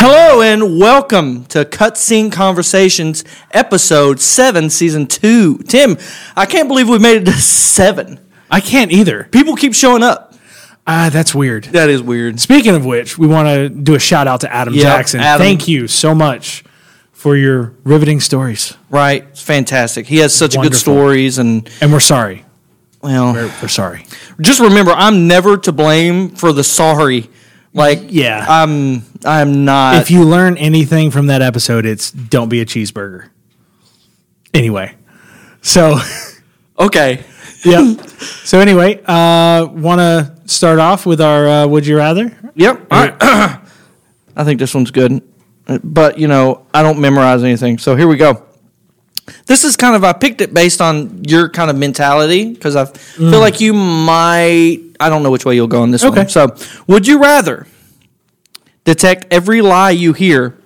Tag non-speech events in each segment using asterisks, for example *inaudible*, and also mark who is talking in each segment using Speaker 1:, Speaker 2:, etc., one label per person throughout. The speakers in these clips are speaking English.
Speaker 1: and welcome to Cutscene Conversations, episode seven, season two. Tim, I can't believe we made it to seven.
Speaker 2: I can't either.
Speaker 1: People keep showing up.
Speaker 2: Ah, that's weird.
Speaker 1: That is weird.
Speaker 2: Speaking of which, we want to do a shout out to Adam
Speaker 1: Yeah,
Speaker 2: Jackson.
Speaker 1: Adam.
Speaker 2: Thank you so much for your riveting stories.
Speaker 1: Right? It's fantastic. He has such good
Speaker 2: Wonderful.
Speaker 1: stories, and
Speaker 2: And we're sorry.
Speaker 1: well,
Speaker 2: We're, we're sorry.
Speaker 1: just remember, I'm never to blame for the sorry. Like,
Speaker 2: Yeah.
Speaker 1: I'm, I'm not.
Speaker 2: Uh, if you learn anything from that episode, it's don't be a cheeseburger. Anyway. So, *laughs*
Speaker 1: okay.
Speaker 2: yeah. So, anyway, uh, want to start off with our uh, Would You Rather?
Speaker 1: Yep. All right. *coughs* I think this one's good. But, you know, I don't memorize anything. So here we go. This is kind of, I picked it based on your kind of mentality because I feel like you might, I don't know which way you'll go on this
Speaker 2: Okay.
Speaker 1: one. So, would you rather detect every lie you hear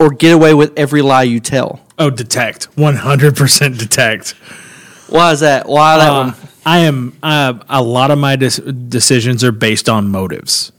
Speaker 1: or get away with every lie you tell?
Speaker 2: Oh, detect. 100% detect.
Speaker 1: Why is that? Why that
Speaker 2: Uh,
Speaker 1: one?
Speaker 2: I am. Uh, a lot of my des- decisions are based on motives,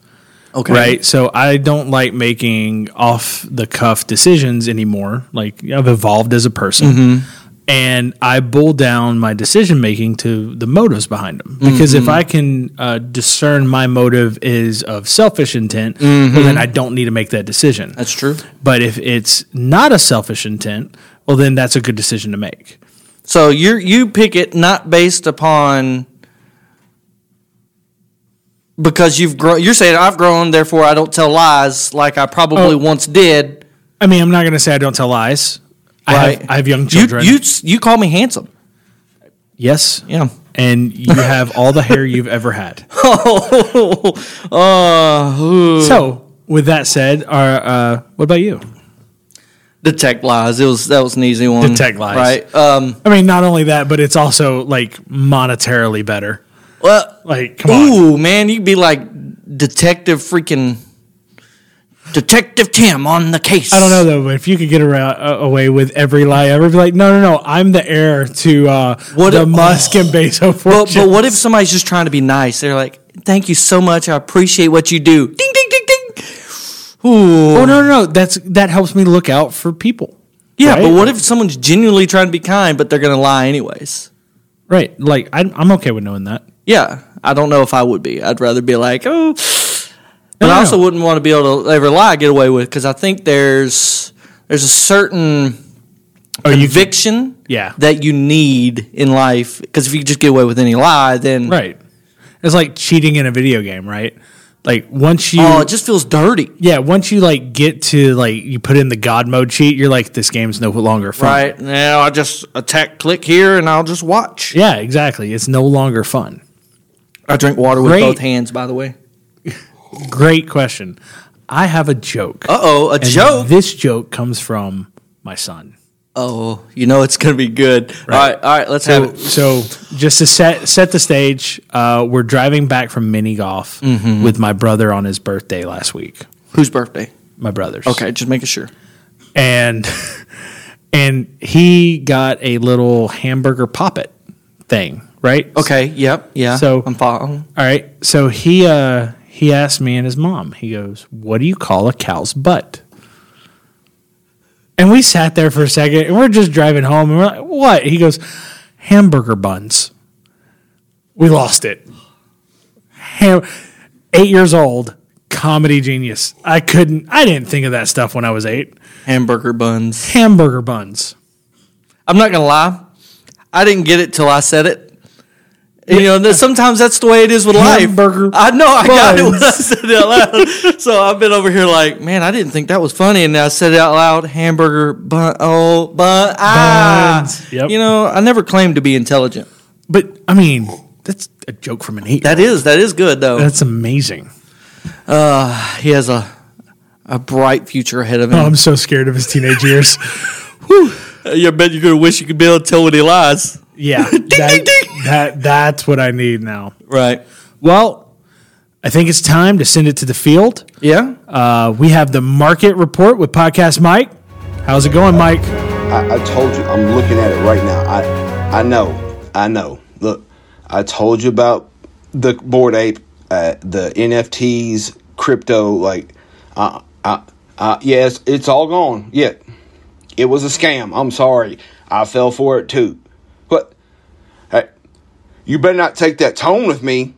Speaker 1: Okay.
Speaker 2: right? So I don't like making off the cuff decisions anymore. Like I've evolved as a person,
Speaker 1: Mm-hmm.
Speaker 2: and I boil down my decision making to the motives behind them. Because if
Speaker 1: Mm-hmm.
Speaker 2: I can uh, discern my motive is of selfish intent,
Speaker 1: Mm-hmm.
Speaker 2: well, then I don't need to make that decision.
Speaker 1: That's true.
Speaker 2: But if it's not a selfish intent, well, then that's a good decision to make.
Speaker 1: So you you pick it not based upon because you've grown. You're saying I've grown, therefore I don't tell lies like I probably
Speaker 2: Oh.
Speaker 1: once did.
Speaker 2: I mean, I'm not going to say I don't tell lies. I,
Speaker 1: Right?
Speaker 2: have, I have young
Speaker 1: You-
Speaker 2: children.
Speaker 1: You, s- you call me handsome.
Speaker 2: yes.
Speaker 1: Yeah. *laughs*
Speaker 2: And you have all the hair you've ever had.
Speaker 1: Oh,
Speaker 2: So, with that said, our, uh, what about you?
Speaker 1: detect lies. It was that was an easy one.
Speaker 2: Detect lies.
Speaker 1: Right. Um.
Speaker 2: I mean, not only that, but it's also like monetarily better.
Speaker 1: Well.
Speaker 2: Like, come on.
Speaker 1: Ooh, man, you'd be like detective freaking detective Tim on the case.
Speaker 2: I don't know though, but if you could get around, uh, away with every lie ever, be like, no, no, no, I'm the heir to uh,
Speaker 1: What
Speaker 2: the
Speaker 1: if-
Speaker 2: Musk and Bezos
Speaker 1: But,
Speaker 2: fortune.
Speaker 1: but what if somebody's just trying to be nice? They're like, "Thank you so much. I appreciate what you do." Ding ding ding ding. Ooh.
Speaker 2: oh no, no, no, that's that helps me look out for people.
Speaker 1: yeah,
Speaker 2: right?
Speaker 1: but what if someone's genuinely trying to be kind, but they're gonna lie anyways?
Speaker 2: Right, like I'm, I'm okay with knowing that.
Speaker 1: Yeah, I don't know if I would be. I'd rather be like, "Oh," but
Speaker 2: no,
Speaker 1: I
Speaker 2: no.
Speaker 1: also wouldn't want to be able to ever lie, get away with, because I think there's there's a certain
Speaker 2: Oh, you can-
Speaker 1: conviction,
Speaker 2: Yeah.
Speaker 1: that you need in life. Because if you just get away with any lie, then
Speaker 2: Right. It's like cheating in a video game, right? Like once you
Speaker 1: oh, it just feels dirty.
Speaker 2: yeah, once you like get to like you put in the god mode cheat, you're like this game's no longer fun.
Speaker 1: Right now, I just attack, click here, and I'll just watch.
Speaker 2: Yeah, exactly. It's no longer fun.
Speaker 1: I drink water with
Speaker 2: Great.
Speaker 1: both hands, by the way.
Speaker 2: Great question. I have a joke.
Speaker 1: Uh oh, a
Speaker 2: And
Speaker 1: joke.
Speaker 2: This joke comes from my son.
Speaker 1: oh, you know it's going to be good. All right, all right, let's have
Speaker 2: So,
Speaker 1: it.
Speaker 2: so just to set set the stage, uh, we're driving back from mini golf
Speaker 1: Mm-hmm.
Speaker 2: with my brother on his birthday last week.
Speaker 1: Whose birthday?
Speaker 2: My brother's.
Speaker 1: Okay, just making sure.
Speaker 2: and *laughs* and he got a little hamburger poppet thing, right?
Speaker 1: Okay, yep, yeah.
Speaker 2: So-
Speaker 1: I'm following.
Speaker 2: All right. So he uh he asked me and his mom. He goes, "What do you call a cow's butt?" And we sat there for a second, and we're just driving home, and we're like, "What?" He goes, "Hamburger buns." We lost it. Ham- eight years old, comedy genius. I couldn't. I didn't think of that stuff when I was eight.
Speaker 1: Hamburger buns.
Speaker 2: Hamburger buns.
Speaker 1: I'm not going to lie. I didn't get it till I said it. You know, that- sometimes that's the way it is with
Speaker 2: Hamburger
Speaker 1: life. I know, I got it when I
Speaker 2: buns.
Speaker 1: said it out loud. *laughs* so I've been over here like, man, I didn't think that was funny. And I said it out loud hamburger bun. Oh, bun. Ah.
Speaker 2: Buns, yep.
Speaker 1: You know, I never claimed to be intelligent.
Speaker 2: But I mean, that's a joke from an eight.
Speaker 1: That is that is good though.
Speaker 2: That's amazing.
Speaker 1: he has a a bright future ahead of
Speaker 2: Oh,
Speaker 1: him.
Speaker 2: I'm so scared of his teenage years.
Speaker 1: you bet you're gonna wish you could be able to tell when he lies.
Speaker 2: yeah,
Speaker 1: *laughs* ding,
Speaker 2: that, that that's what I need now.
Speaker 1: Right.
Speaker 2: Well, I think it's time to send it to the field.
Speaker 1: Yeah.
Speaker 2: Uh, we have the market report with podcast Mike. How's it going, Mike?
Speaker 3: I, I told you, I'm looking at it right now. I, I know, I know. Look, I told you about the board ape, uh, the NFTs, crypto. Like, I, I, Uh, yes, it's all gone. Yeah, it was a scam. I'm sorry. I fell for it too. But hey, you better not take that tone with me.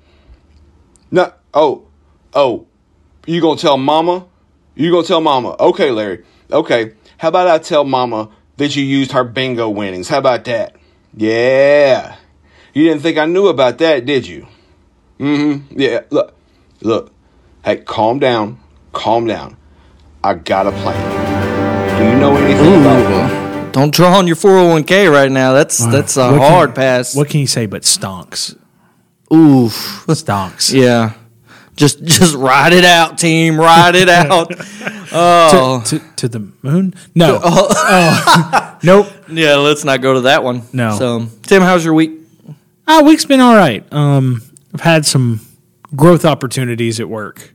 Speaker 3: No. Oh, oh, you gonna tell mama? You gonna tell mama? Okay, Larry. Okay. How about I tell mama that you used her bingo winnings? How about that? Yeah. You didn't think I knew about that, did you? Mm-hmm. Yeah. Look. Look. Hey, calm down. Calm down. I got a plan. Do you know anything about
Speaker 1: Don't draw on your 401k right now. That's that's a
Speaker 2: What can-
Speaker 1: hard pass.
Speaker 2: What can you say but stonks?
Speaker 1: Oof.
Speaker 2: Stonks.
Speaker 1: Yeah. Just just ride it out, team. Ride
Speaker 2: *laughs*
Speaker 1: it out. oh.
Speaker 2: To, to the moon? No.
Speaker 1: *laughs*
Speaker 2: Oh. nope.
Speaker 1: Yeah, let's not go to that one.
Speaker 2: No.
Speaker 1: So, Tim, how's your week?
Speaker 2: Ah, week's been all right. Um, I've had some growth opportunities at work.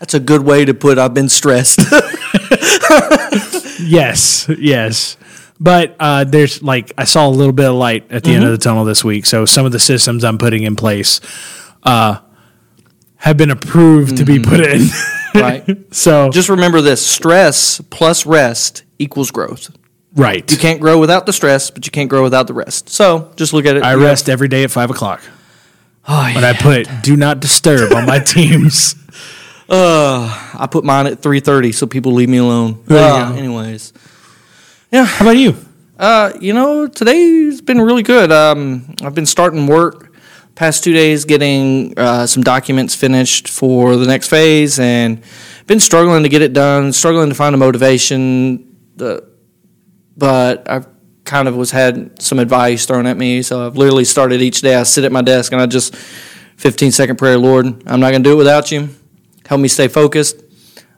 Speaker 1: That's a good way to put I've been stressed. *laughs*
Speaker 2: Yes, yes. But uh, there's like I saw a little bit of light at the end of
Speaker 1: Mm-hmm.
Speaker 2: the tunnel this week. So some of the systems I'm putting in place uh, have been approved to be put in.
Speaker 1: Mm-hmm. *laughs*
Speaker 2: *laughs*
Speaker 1: right.
Speaker 2: so
Speaker 1: Just remember this stress plus rest equals growth.
Speaker 2: right,
Speaker 1: You can't grow without the stress, but you can't grow without the rest. So just look at it.
Speaker 2: I
Speaker 1: you know.
Speaker 2: rest every day at five o'clock.
Speaker 1: Oh,
Speaker 2: But
Speaker 1: yeah.
Speaker 2: I put do not disturb
Speaker 1: *laughs*
Speaker 2: on my teams.
Speaker 1: I, put mine at 3.30 so people leave me alone. Uh, anyways.
Speaker 2: How about you?
Speaker 1: Uh, you know, today's been really good. Um, I've been starting work past two days, getting uh, some documents finished for the next phase, and been struggling to get it done, struggling to find a motivation. Uh, but I've kind of was had some advice thrown at me, so I've literally started each day. I sit at my desk and I just 15 second prayer, Lord, I'm not going to do it without you. Help me stay focused.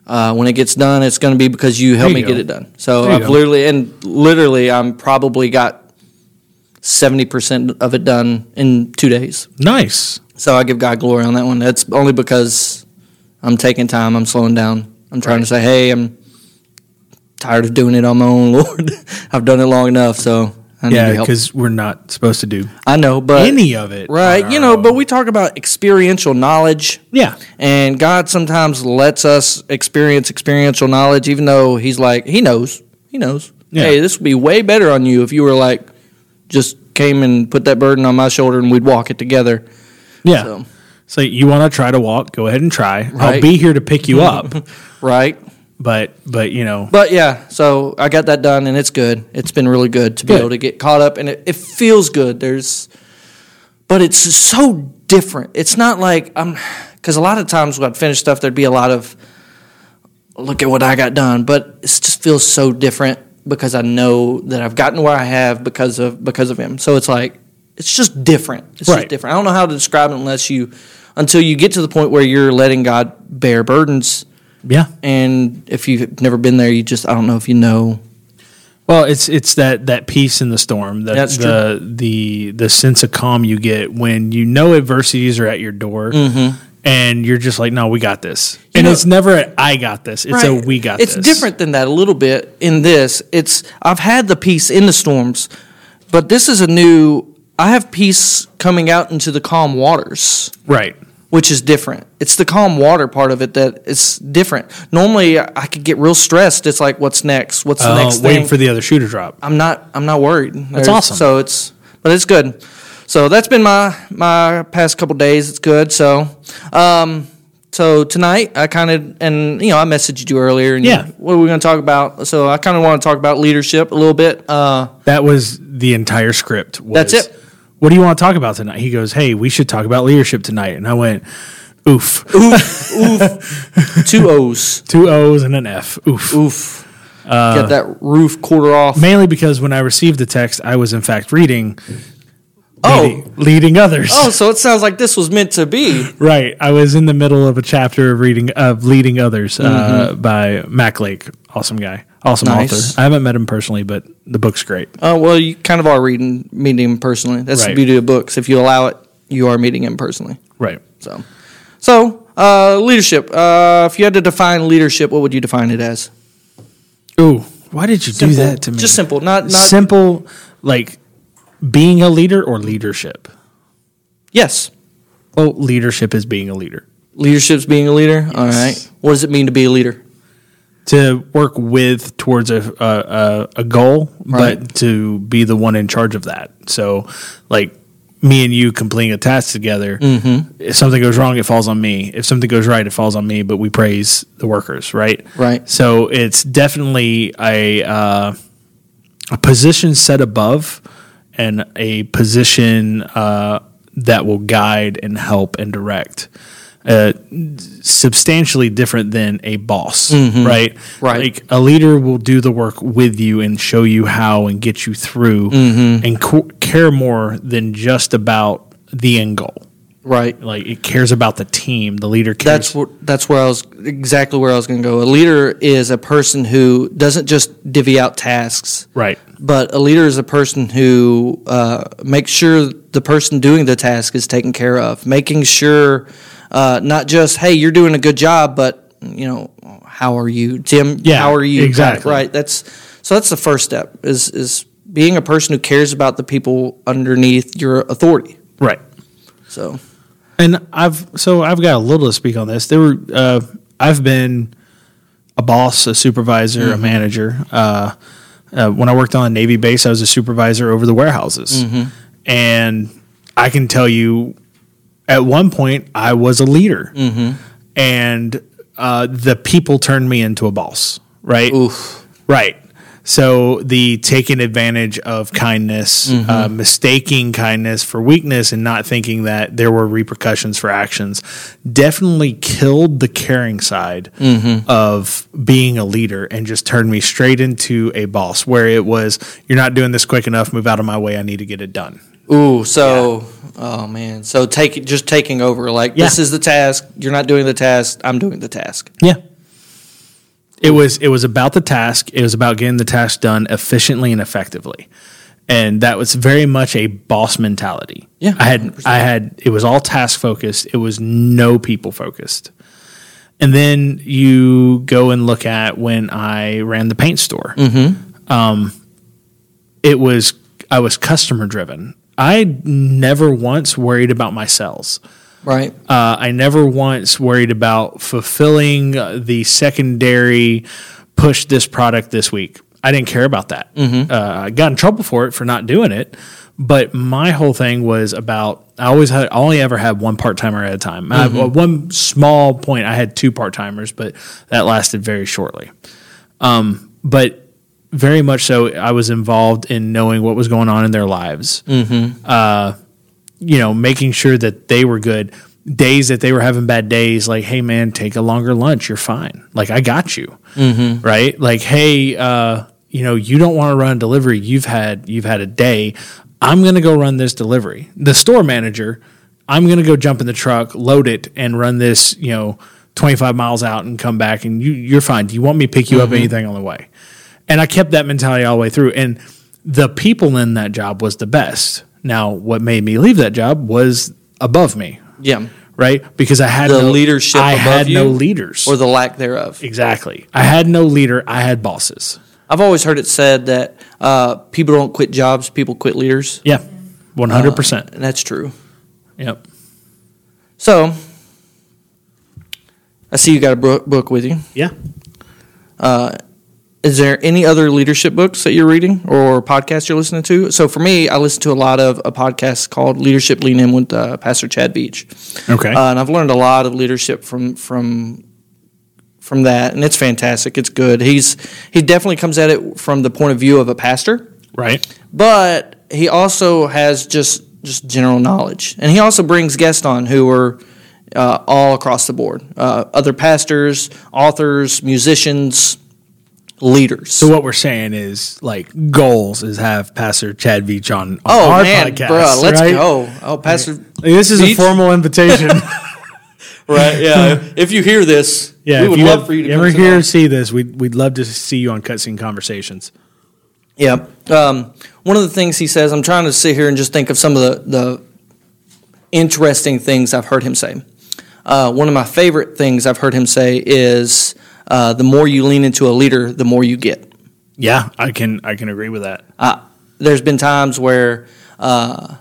Speaker 1: Uh, when it gets done, it's going to be because you helped
Speaker 2: There
Speaker 1: me
Speaker 2: you
Speaker 1: get
Speaker 2: go.
Speaker 1: it done. So
Speaker 2: There you
Speaker 1: I've
Speaker 2: go.
Speaker 1: literally and literally, I'm probably got seventy percent of it done in two days.
Speaker 2: Nice.
Speaker 1: So I give God glory on that one. That's only because I'm taking time. I'm slowing down. I'm trying to say, hey, I'm tired of doing it on my own, *laughs* Lord. I've done it long enough, so I need
Speaker 2: Yeah,
Speaker 1: your help.
Speaker 2: because we're not supposed to do
Speaker 1: I know, but
Speaker 2: any of it.
Speaker 1: right,
Speaker 2: on
Speaker 1: you
Speaker 2: our
Speaker 1: know,
Speaker 2: own.
Speaker 1: but we talk about experiential knowledge.
Speaker 2: yeah,
Speaker 1: And God sometimes lets us experience experiential knowledge, even though He's like, He knows. He knows.
Speaker 2: Yeah.
Speaker 1: Hey, this would be way better on you if you were like, just came and put that burden on my shoulder and we'd walk it together.
Speaker 2: yeah.
Speaker 1: So.
Speaker 2: So, you want to try to walk? Go ahead and try.
Speaker 1: Right.
Speaker 2: I'll be here to
Speaker 1: *laughs*
Speaker 2: pick you up.
Speaker 1: Right.
Speaker 2: but but you know,
Speaker 1: But yeah, so I got that done and it's good. It's been really good to be
Speaker 2: Good.
Speaker 1: able to get caught up and it, it feels good. There's, but it's so different. It's not like I'm, because a lot of times when I'd finish stuff, there'd be a lot of, look at what I got done. But it just feels so different because I know that I've gotten where I have because of because of him. So it's like it's just different. It's just
Speaker 2: Right.
Speaker 1: different. I don't know how to describe it unless you until you get to the point where you're letting God bear burdens.
Speaker 2: yeah.
Speaker 1: And if you've never been there, you just I don't know if you know.
Speaker 2: Well, it's it's that that peace in the storm, that
Speaker 1: That's
Speaker 2: the the the sense of calm you get when you know adversities are at your door, and you're just like, no, we got this. and
Speaker 1: Mm-hmm. know-
Speaker 2: it's never a, I got this. It's a
Speaker 1: Right.
Speaker 2: we got.
Speaker 1: It's
Speaker 2: this.
Speaker 1: different than that a little bit in this. It's I've had the peace in the storms, but this is a new I have peace coming out into the calm waters.
Speaker 2: right?
Speaker 1: which is different. It's the calm water part of it that is different. Normally, I I could get real stressed. It's like, what's next? What's the
Speaker 2: Uh,
Speaker 1: next
Speaker 2: waiting
Speaker 1: thing?
Speaker 2: for the other shoe to drop.
Speaker 1: I'm not. I'm not worried. That's
Speaker 2: awesome.
Speaker 1: So it's, but it's good. So that's been my my past couple days. It's good. So, um, so tonight I kind of and you know I messaged you earlier. And
Speaker 2: Yeah.
Speaker 1: What are we going to talk about? So I kind of want to talk about leadership a little bit. Uh,
Speaker 2: That was the entire script. was,
Speaker 1: That's it.
Speaker 2: What do you want to talk about tonight? He goes, hey, we should talk about leadership tonight, and I went, oof,
Speaker 1: two O's.
Speaker 2: two O's and an F, oof.
Speaker 1: Oof.
Speaker 2: Uh,
Speaker 1: Get that roof quarter off.
Speaker 2: Mainly because when I received the text, I was in fact reading.
Speaker 1: Oh.
Speaker 2: leading, leading others.
Speaker 1: Oh, so it sounds like this was meant to be.
Speaker 2: Right. I was in the middle of a chapter of reading of Leading Others uh, by Mac Lake. Awesome guy. Awesome
Speaker 1: Nice.
Speaker 2: author. I haven't met him personally, but the book's great.
Speaker 1: Uh, well, you kind of are reading meeting him personally. That's the
Speaker 2: Right.
Speaker 1: beauty of books. If you allow it, you are meeting him personally.
Speaker 2: Right.
Speaker 1: So, so uh, leadership. Uh, if you had to define leadership, what would you define it as?
Speaker 2: Ooh, why did you do
Speaker 1: Simple.
Speaker 2: that to me?
Speaker 1: Just simple, not not.
Speaker 2: simple like being a leader or leadership.
Speaker 1: yes,
Speaker 2: Well, leadership is being a leader.
Speaker 1: leadership's being a leader. All right. What does it mean to be a leader?
Speaker 2: to work with towards a a, a, a goal,
Speaker 1: Right.
Speaker 2: but to be the one in charge of that. So, like me and you completing a task together.
Speaker 1: Mm-hmm.
Speaker 2: If something goes wrong, it falls on me. If something goes right, it falls on me. But we praise the workers, right?
Speaker 1: Right.
Speaker 2: So it's definitely a uh, a position set above and a position uh, that will guide and help and direct. Uh, substantially different than a boss, right?
Speaker 1: Right.
Speaker 2: Like a leader will do the work with you and show you how and get you through and co- care more than just about the end goal.
Speaker 1: Right.
Speaker 2: Like it cares about the team. The leader cares.
Speaker 1: That's where that's where I was exactly where I was going to go. A leader is a person who doesn't just divvy out tasks,
Speaker 2: right.
Speaker 1: but a leader is a person who uh, makes sure the person doing the task is taken care of, making sure uh, not just hey you're doing a good job, but you know how are you, Tim?
Speaker 2: Yeah,
Speaker 1: how are you?
Speaker 2: exactly.
Speaker 1: Right. That's so. That's the first step is is being a person who cares about the people underneath your authority.
Speaker 2: Right.
Speaker 1: So
Speaker 2: And I've so I've got a little to speak on this. There were uh, I've been a boss, a supervisor,
Speaker 1: Mm-hmm.
Speaker 2: a manager. Uh, uh, when I worked on a Navy base, I was a supervisor over the warehouses,
Speaker 1: Mm-hmm.
Speaker 2: and I can tell you, at one point, I was a leader,
Speaker 1: Mm-hmm.
Speaker 2: and uh, the people turned me into a boss. Right.
Speaker 1: Oof.
Speaker 2: Right. So the taking advantage of kindness, uh, mistaking kindness for weakness, and not thinking that there were repercussions for actions, definitely killed the caring side of being a leader and just turned me straight into a boss. Where it was, you're not doing this quick enough. Move out of my way. I need to get it done.
Speaker 1: Ooh, so oh man, so take just taking over. Like this
Speaker 2: Yeah.
Speaker 1: is the task. You're not doing the task. I'm doing the task.
Speaker 2: Yeah. It was it was about the task. It was about getting the task done efficiently and effectively. And that was very much a boss mentality.
Speaker 1: Yeah,
Speaker 2: I had I had it was all task focused. It was no people focused. And then you go and look at when I ran the paint store. Um, it was I was customer driven. I never once worried about my sales.
Speaker 1: Right.
Speaker 2: Uh, I never once worried about fulfilling uh, the secondary push this product this week. I didn't care about that. Uh, I got in trouble for it for not doing it. But my whole thing was about I always had I only ever had one part timer at a time. I- at one small point, I had two part timers, but that lasted very shortly Um, but very much so I was involved in knowing what was going on in their lives. Mm-hmm. Uh, you know, making sure that they were good. Days that they were having bad days, like, hey man, take a longer lunch. You're fine. Like I got you, right? Like, hey, uh, you know, you don't want to run a delivery. You've had you've had a day. I'm gonna go run this delivery. The store manager, I'm gonna go jump in the truck, load it, and run this. You know, 25 miles out and come back, and you you're fine. Do you want me to pick you up anything on the way? and I kept that mentality all the way through. And the people in that job was the best. Now, what made me leave that job was above me,
Speaker 1: Yeah.
Speaker 2: right? Because I had
Speaker 1: The
Speaker 2: no
Speaker 1: leadership
Speaker 2: I
Speaker 1: above
Speaker 2: had no
Speaker 1: you?
Speaker 2: leaders.
Speaker 1: Or the lack thereof.
Speaker 2: exactly. I had no leader. I had bosses.
Speaker 1: I've always heard it said that uh, people don't quit jobs, people quit leaders,
Speaker 2: Yeah, one hundred percent.
Speaker 1: and that's true.
Speaker 2: Yep.
Speaker 1: So I see you got a bro- book with you.
Speaker 2: Yeah.
Speaker 1: is there any other leadership books that you're reading or podcasts you're listening to? So for me, I listen to a lot of a podcast called Leadership Lean In with uh, Pastor Chad Beach.
Speaker 2: Okay.
Speaker 1: uh, and I've learned a lot of leadership from from from that, and it's fantastic. It's good. He's he definitely comes at it from the point of view of a pastor,
Speaker 2: right.
Speaker 1: but he also has just just general knowledge, and he also brings guests on who are uh, all across the board: uh, other pastors, authors, musicians, leaders.
Speaker 2: So what we're saying is like goals is have Pastor Chad Veach on, on
Speaker 1: Oh
Speaker 2: our
Speaker 1: man,
Speaker 2: podcast.
Speaker 1: bruh, let's
Speaker 2: right?
Speaker 1: go. Oh, Pastor.
Speaker 2: *laughs* Like, This is
Speaker 1: Veach?
Speaker 2: a formal invitation.
Speaker 1: *laughs* Right? Yeah. if you hear this,
Speaker 2: yeah,
Speaker 1: we
Speaker 2: if
Speaker 1: would
Speaker 2: you
Speaker 1: love
Speaker 2: have-
Speaker 1: for you to
Speaker 2: ever
Speaker 1: come sit
Speaker 2: hear
Speaker 1: on.
Speaker 2: or see this, we'd we'd love to see you on Cutscene Conversations.
Speaker 1: Yeah. Um, one of the things he says, I'm trying to sit here and just think of some of the, the interesting things I've heard him say. Uh, one of my favorite things I've heard him say is uh, the more you lean into a leader, the more you get.
Speaker 2: Yeah, I can I can agree with that.
Speaker 1: there's been times where, uh,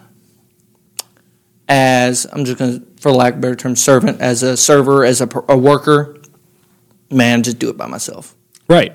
Speaker 1: as I'm just going to, for lack of a better term, servant, as a server, as a, per- a worker, man, just do it by myself.
Speaker 2: Right.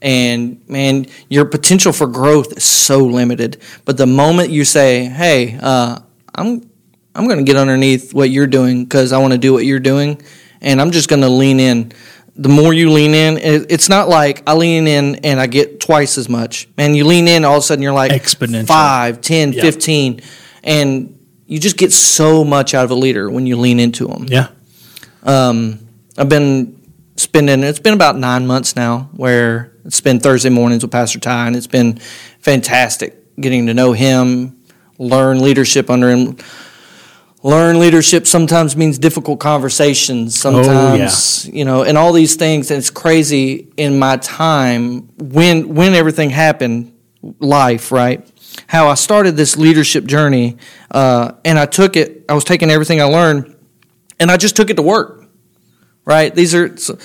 Speaker 1: and man, your potential for growth is so limited. But the moment you say, "Hey, uh, I'm I'm going to get underneath what you're doing because I want to do what you're doing, and I'm just going to lean in," the more you lean in, it, it's not like I lean in and I get twice as much. Man, you lean in, all of a sudden you're like
Speaker 2: Exponential.
Speaker 1: five, 10,
Speaker 2: Yeah.
Speaker 1: 15. and you just get so much out of a leader when you lean into them.
Speaker 2: Yeah.
Speaker 1: I've been spending it's been about nine months now where it's been Thursday mornings with Pastor Ty and it's been fantastic getting to know him, learn leadership under him. Learn leadership sometimes means difficult conversations, sometimes you know, and all these things and it's crazy in my time when when everything happened, life, right? How I started this leadership journey, uh, and I took it. I was taking everything I learned, and I just took it to work right? These are, so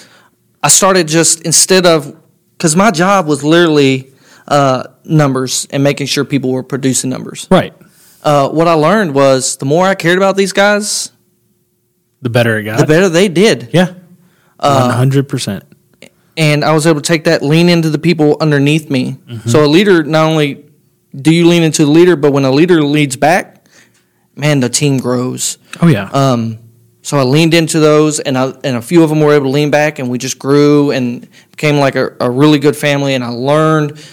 Speaker 1: I started just instead of, because my job was literally uh, numbers and making sure people were producing numbers.
Speaker 2: Right.
Speaker 1: Uh, what I learned was the more I cared about these guys,
Speaker 2: The better it got.
Speaker 1: the better they did. Uh,
Speaker 2: Yeah. One hundred percent.
Speaker 1: And I was able to take that, lean into the people underneath me.
Speaker 2: Mm-hmm.
Speaker 1: So a leader, not only do you lean into the leader, but when a leader leads back, man, the team grows.
Speaker 2: Oh yeah.
Speaker 1: Um, so I leaned into those, and I, and a few of them were able to lean back, and we just grew and became like a, a really good family. And I learned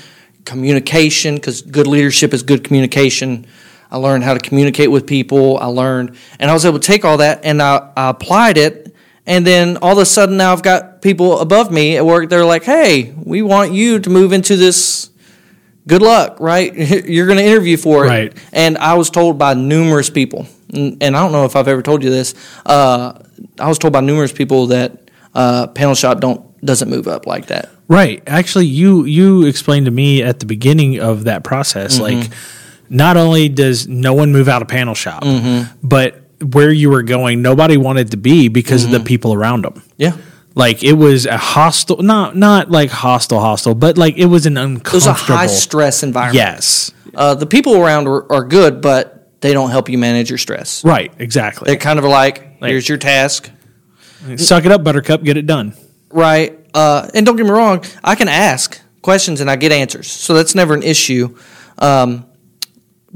Speaker 1: communication because good leadership is good communication. I learned how to communicate with people. I learned, and I was able to take all that and I, I applied it. And then all of a sudden, now I've got people above me at work. They're like, "Hey, we want you to move into this." Good luck, right? *laughs* You're going to interview for it,
Speaker 2: Right.
Speaker 1: and I was told by numerous people, and and I don't know if I've ever told you this. Uh, I was told by numerous people that uh, panel shop don't doesn't move up like that.
Speaker 2: Right. Actually, you you explained to me at the beginning of that process,
Speaker 1: Mm-hmm.
Speaker 2: like not only does no one move out of panel shop,
Speaker 1: Mm-hmm.
Speaker 2: but where you were going, nobody wanted to be because
Speaker 1: Mm-hmm.
Speaker 2: of the people around them.
Speaker 1: Yeah,
Speaker 2: Like it was a hostile, not not like hostile hostile, but like it was an
Speaker 1: it was a
Speaker 2: uncomfortable.
Speaker 1: high stress environment.
Speaker 2: yes.
Speaker 1: uh, the people around are, are good, but they don't help you manage your stress.
Speaker 2: Right. Exactly.
Speaker 1: They're kind of like, here's your task,
Speaker 2: Suck it up, Buttercup. Get it done.
Speaker 1: right? Uh, and don't get me wrong, I can ask questions and I get answers, so that's never an issue. Um,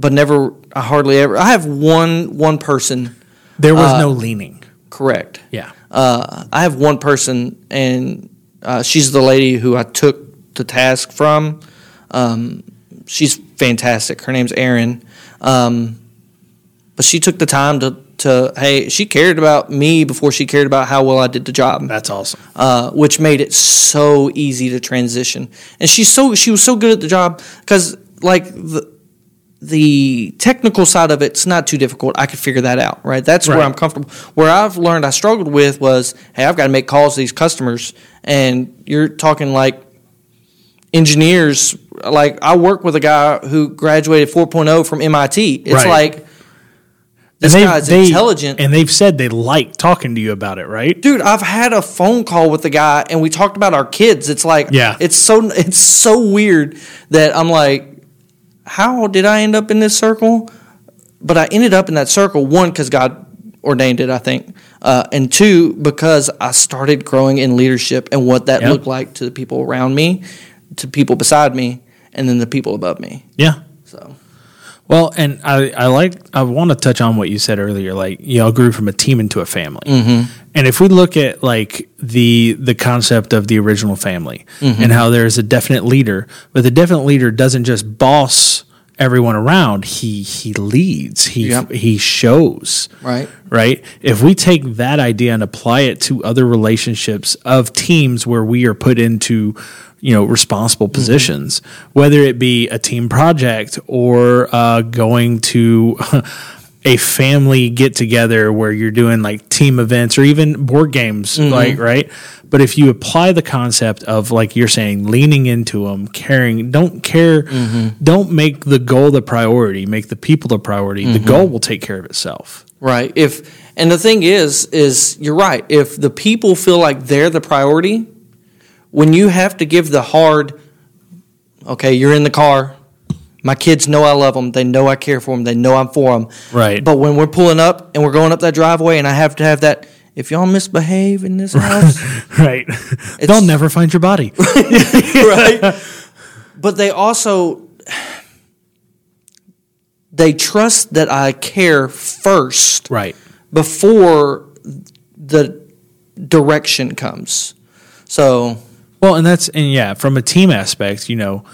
Speaker 1: but never, I hardly ever. I have one one person
Speaker 2: There was
Speaker 1: Uh,
Speaker 2: no leaning.
Speaker 1: correct.
Speaker 2: Yeah.
Speaker 1: uh, I have one person, and uh, she's the lady who I took the task from. Um, she's fantastic. Her name's Erin. Um, but she took the time to, to, hey, she cared about me before she cared about how well I did the job,
Speaker 2: That's awesome.
Speaker 1: uh, which made it so easy to transition. And she's so she was so good at the job because like the the technical side of it's not too difficult. I could figure that out, right? That's where
Speaker 2: Right.
Speaker 1: I'm comfortable. Where I've learned I struggled with was, hey, I've got to make calls to these customers, and you're talking like engineers. Like I work with a guy who graduated 4.0 from MIT. It's
Speaker 2: Right.
Speaker 1: like this
Speaker 2: And they've-
Speaker 1: guy's
Speaker 2: they-
Speaker 1: intelligent,
Speaker 2: and they've said they like talking to you about it, right?
Speaker 1: dude. I've had a phone call with the guy, and we talked about our kids. It's like,
Speaker 2: Yeah.
Speaker 1: it's so it's so weird that I'm like, how did I end up in this circle? But I ended up in that circle one because God ordained it, I think, uh, and two because I started growing in leadership and what that
Speaker 2: Yeah.
Speaker 1: looked like to the people around me, to people beside me, and then the people above me.
Speaker 2: Yeah.
Speaker 1: So
Speaker 2: Well, and I, I like I want to touch on what you said earlier. Like y'all grew from a team into a family,
Speaker 1: Mm-hmm.
Speaker 2: and if we look at like the the concept of the original family
Speaker 1: Mm-hmm.
Speaker 2: and how there is a definite leader, but the definite leader doesn't just boss everyone around. He he leads. He
Speaker 1: Yep.
Speaker 2: he shows
Speaker 1: Right.
Speaker 2: right? If we take that idea and apply it to other relationships of teams where we are put into, you know, responsible positions, whether it be a team project or uh, going to *laughs* a family get together where you're doing like team events or even board games, like right. But if you apply the concept of like you're saying, leaning into them, caring, don't care, don't make the goal the priority, make the people the priority. The goal will take care of itself.
Speaker 1: Right. If and the thing is, is you're right. If the people feel like they're the priority, when you have to give the hard, okay, you're in the car. My kids know I love them. They know I care for them. They know I'm for them.
Speaker 2: Right.
Speaker 1: But when we're pulling up and we're going up that driveway, and I have to have that, if y'all misbehave in this house,
Speaker 2: *laughs* right? They'll never find your body.
Speaker 1: *laughs* right? But they also they trust that I care first,
Speaker 2: right.
Speaker 1: Before the direction comes. So
Speaker 2: Well, and that's and yeah, from a team aspect, you know,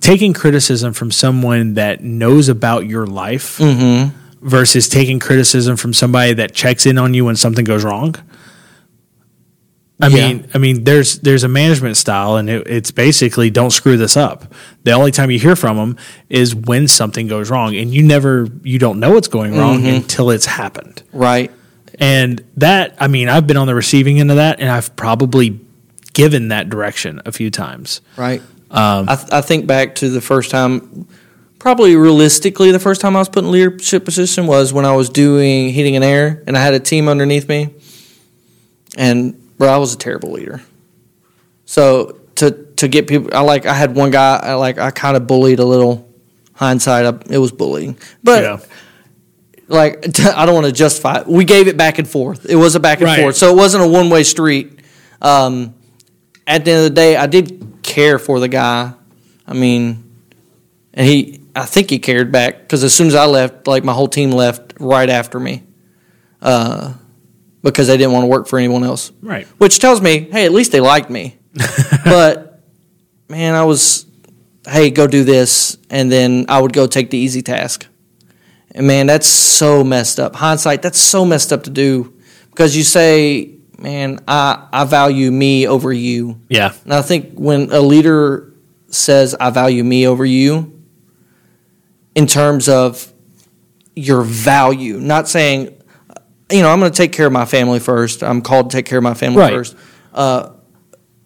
Speaker 2: taking criticism from someone that knows about your life versus taking criticism from somebody that checks in on you when something goes wrong. I
Speaker 1: Yeah.
Speaker 2: mean, I mean, there's there's a management style, and it, it's basically don't screw this up. The only time you hear from them is when something goes wrong, and you never you don't know what's going wrong until it's happened.
Speaker 1: right,
Speaker 2: And that, I mean, I've been on the receiving end of that, and I've probably given that direction a few times. Um,
Speaker 1: right. I, th- I think back to the first time, probably realistically, the first time I was put in leadership position was when I was doing heating and air, and I had a team underneath me, and bro, I was a terrible leader. So to to get people, I like I had one guy, I like I kind of bullied a little. Hindsight, I, it was bullying, but like *laughs* I don't want to justify it. We gave it back and forth. It was a back and
Speaker 2: Right.
Speaker 1: forth, so it wasn't a one way street. Um, at the end of the day, I did care for the guy. I mean, and he, I think he cared back because as soon as I left, like my whole team left right after me, uh, because they didn't want to work for anyone else.
Speaker 2: Right. *laughs*
Speaker 1: Which tells me, hey, at least they liked me. but man, I was, hey, go do this, and then I would go take the easy task. And man, that's so messed up. Hindsight, that's so messed up to do because you say, man, I I value me over you.
Speaker 2: Yeah.
Speaker 1: And I think when a leader says, I value me over you, in terms of your value, not saying, you know, I'm going to take care of my family first. I'm called to take care of my family
Speaker 2: Right.
Speaker 1: first. Uh,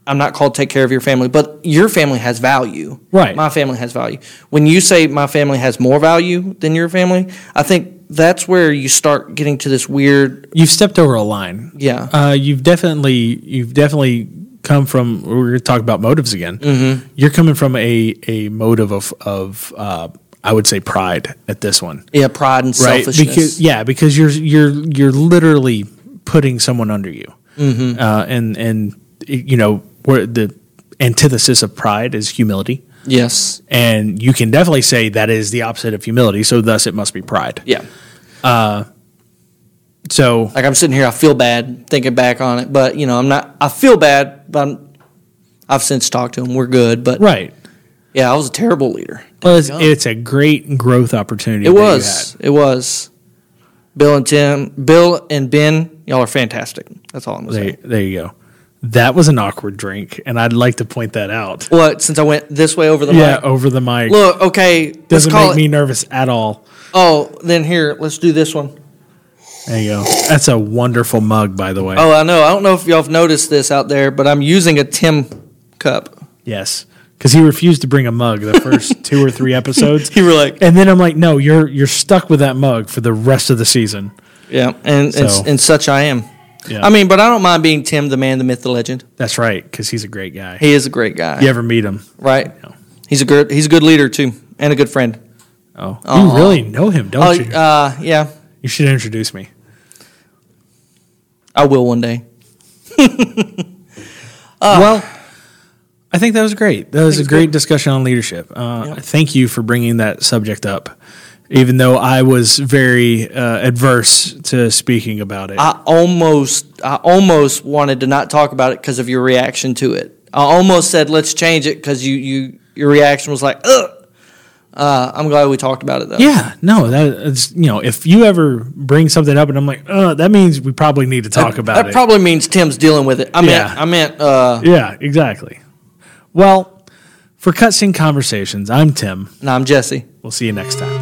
Speaker 1: I'm not called to take care of your family, but your family has value.
Speaker 2: Right.
Speaker 1: My family has value. When you say my family has more value than your family, I think that's where you start getting to this weird,
Speaker 2: You've stepped over a line.
Speaker 1: yeah,
Speaker 2: Uh, you've definitely you've definitely come from we're going to talk about motives again. Mm-hmm. You're coming from a a motive of of uh, I would say pride at this one.
Speaker 1: yeah, pride and selfishness.
Speaker 2: Because, yeah, because you're you're you're literally putting someone under you,
Speaker 1: Mm-hmm.
Speaker 2: uh, and and you know where the antithesis of pride is humility,
Speaker 1: yes.
Speaker 2: and you can definitely say that is the opposite of humility. So thus, it must be pride.
Speaker 1: Yeah.
Speaker 2: So
Speaker 1: like I'm sitting here, I feel bad thinking back on it, but you know, I'm not. I feel bad, but I'm, I've since talked to him. We're good, but
Speaker 2: right,
Speaker 1: yeah, I was a terrible leader.
Speaker 2: well, it's, it's a great growth opportunity.
Speaker 1: It
Speaker 2: that you
Speaker 1: was. It was. Bill and Tim, Bill and Ben, y'all are fantastic. That's all I'm gonna
Speaker 2: had.
Speaker 1: say.
Speaker 2: There, there you go. That was an awkward drink, and I'd like to point that out.
Speaker 1: What? Since I went this way over the
Speaker 2: Yeah,
Speaker 1: mic.
Speaker 2: over the mic
Speaker 1: Look, okay.
Speaker 2: doesn't
Speaker 1: let's call
Speaker 2: make
Speaker 1: it-
Speaker 2: me nervous at all.
Speaker 1: Oh, then here, let's do this one.
Speaker 2: There you go. That's a wonderful mug, by the way.
Speaker 1: Oh, I know. I don't know if y'all have noticed this out there, but I'm using a Tim
Speaker 2: *laughs*
Speaker 1: cup.
Speaker 2: Yes, because he refused to bring a mug
Speaker 1: *laughs*
Speaker 2: the first two or three episodes,
Speaker 1: You were like,
Speaker 2: and then I'm like, no, you're you're stuck with that mug for the rest of the season.
Speaker 1: yeah, and
Speaker 2: So-
Speaker 1: and, and such I am.
Speaker 2: Yeah,
Speaker 1: I mean, but I don't mind being Tim, the man, the myth, the legend.
Speaker 2: that's right, because he's a great guy.
Speaker 1: He is a great guy.
Speaker 2: you ever meet him?
Speaker 1: Right.
Speaker 2: No.
Speaker 1: He's a good. He's a good leader too, and a good friend.
Speaker 2: Oh, you really know him, don't
Speaker 1: Oh,
Speaker 2: you?
Speaker 1: uh, yeah.
Speaker 2: you should introduce me.
Speaker 1: I will one day. *laughs* Uh,
Speaker 2: well, I think that was great. That was a
Speaker 1: Thanks,
Speaker 2: great
Speaker 1: good.
Speaker 2: discussion on leadership. Uh,
Speaker 1: Yep.
Speaker 2: Thank you for bringing that subject up, even though I was very uh, adverse to speaking about it.
Speaker 1: I almost, I almost wanted to not talk about it because of your reaction to it. I almost said let's change it because you, you, your reaction was like, ugh. Uh, I'm glad we talked about it though.
Speaker 2: Yeah, no, that is you know, if you ever bring something up and I'm like, uh, that means we probably need to talk about
Speaker 1: that
Speaker 2: it.
Speaker 1: probably means Tim's dealing with it. I meant,
Speaker 2: Yeah.
Speaker 1: I meant, uh,
Speaker 2: yeah, exactly. Well, for cutscene conversations, I'm Tim.
Speaker 1: no, I'm Jesse.
Speaker 2: We'll see you next time.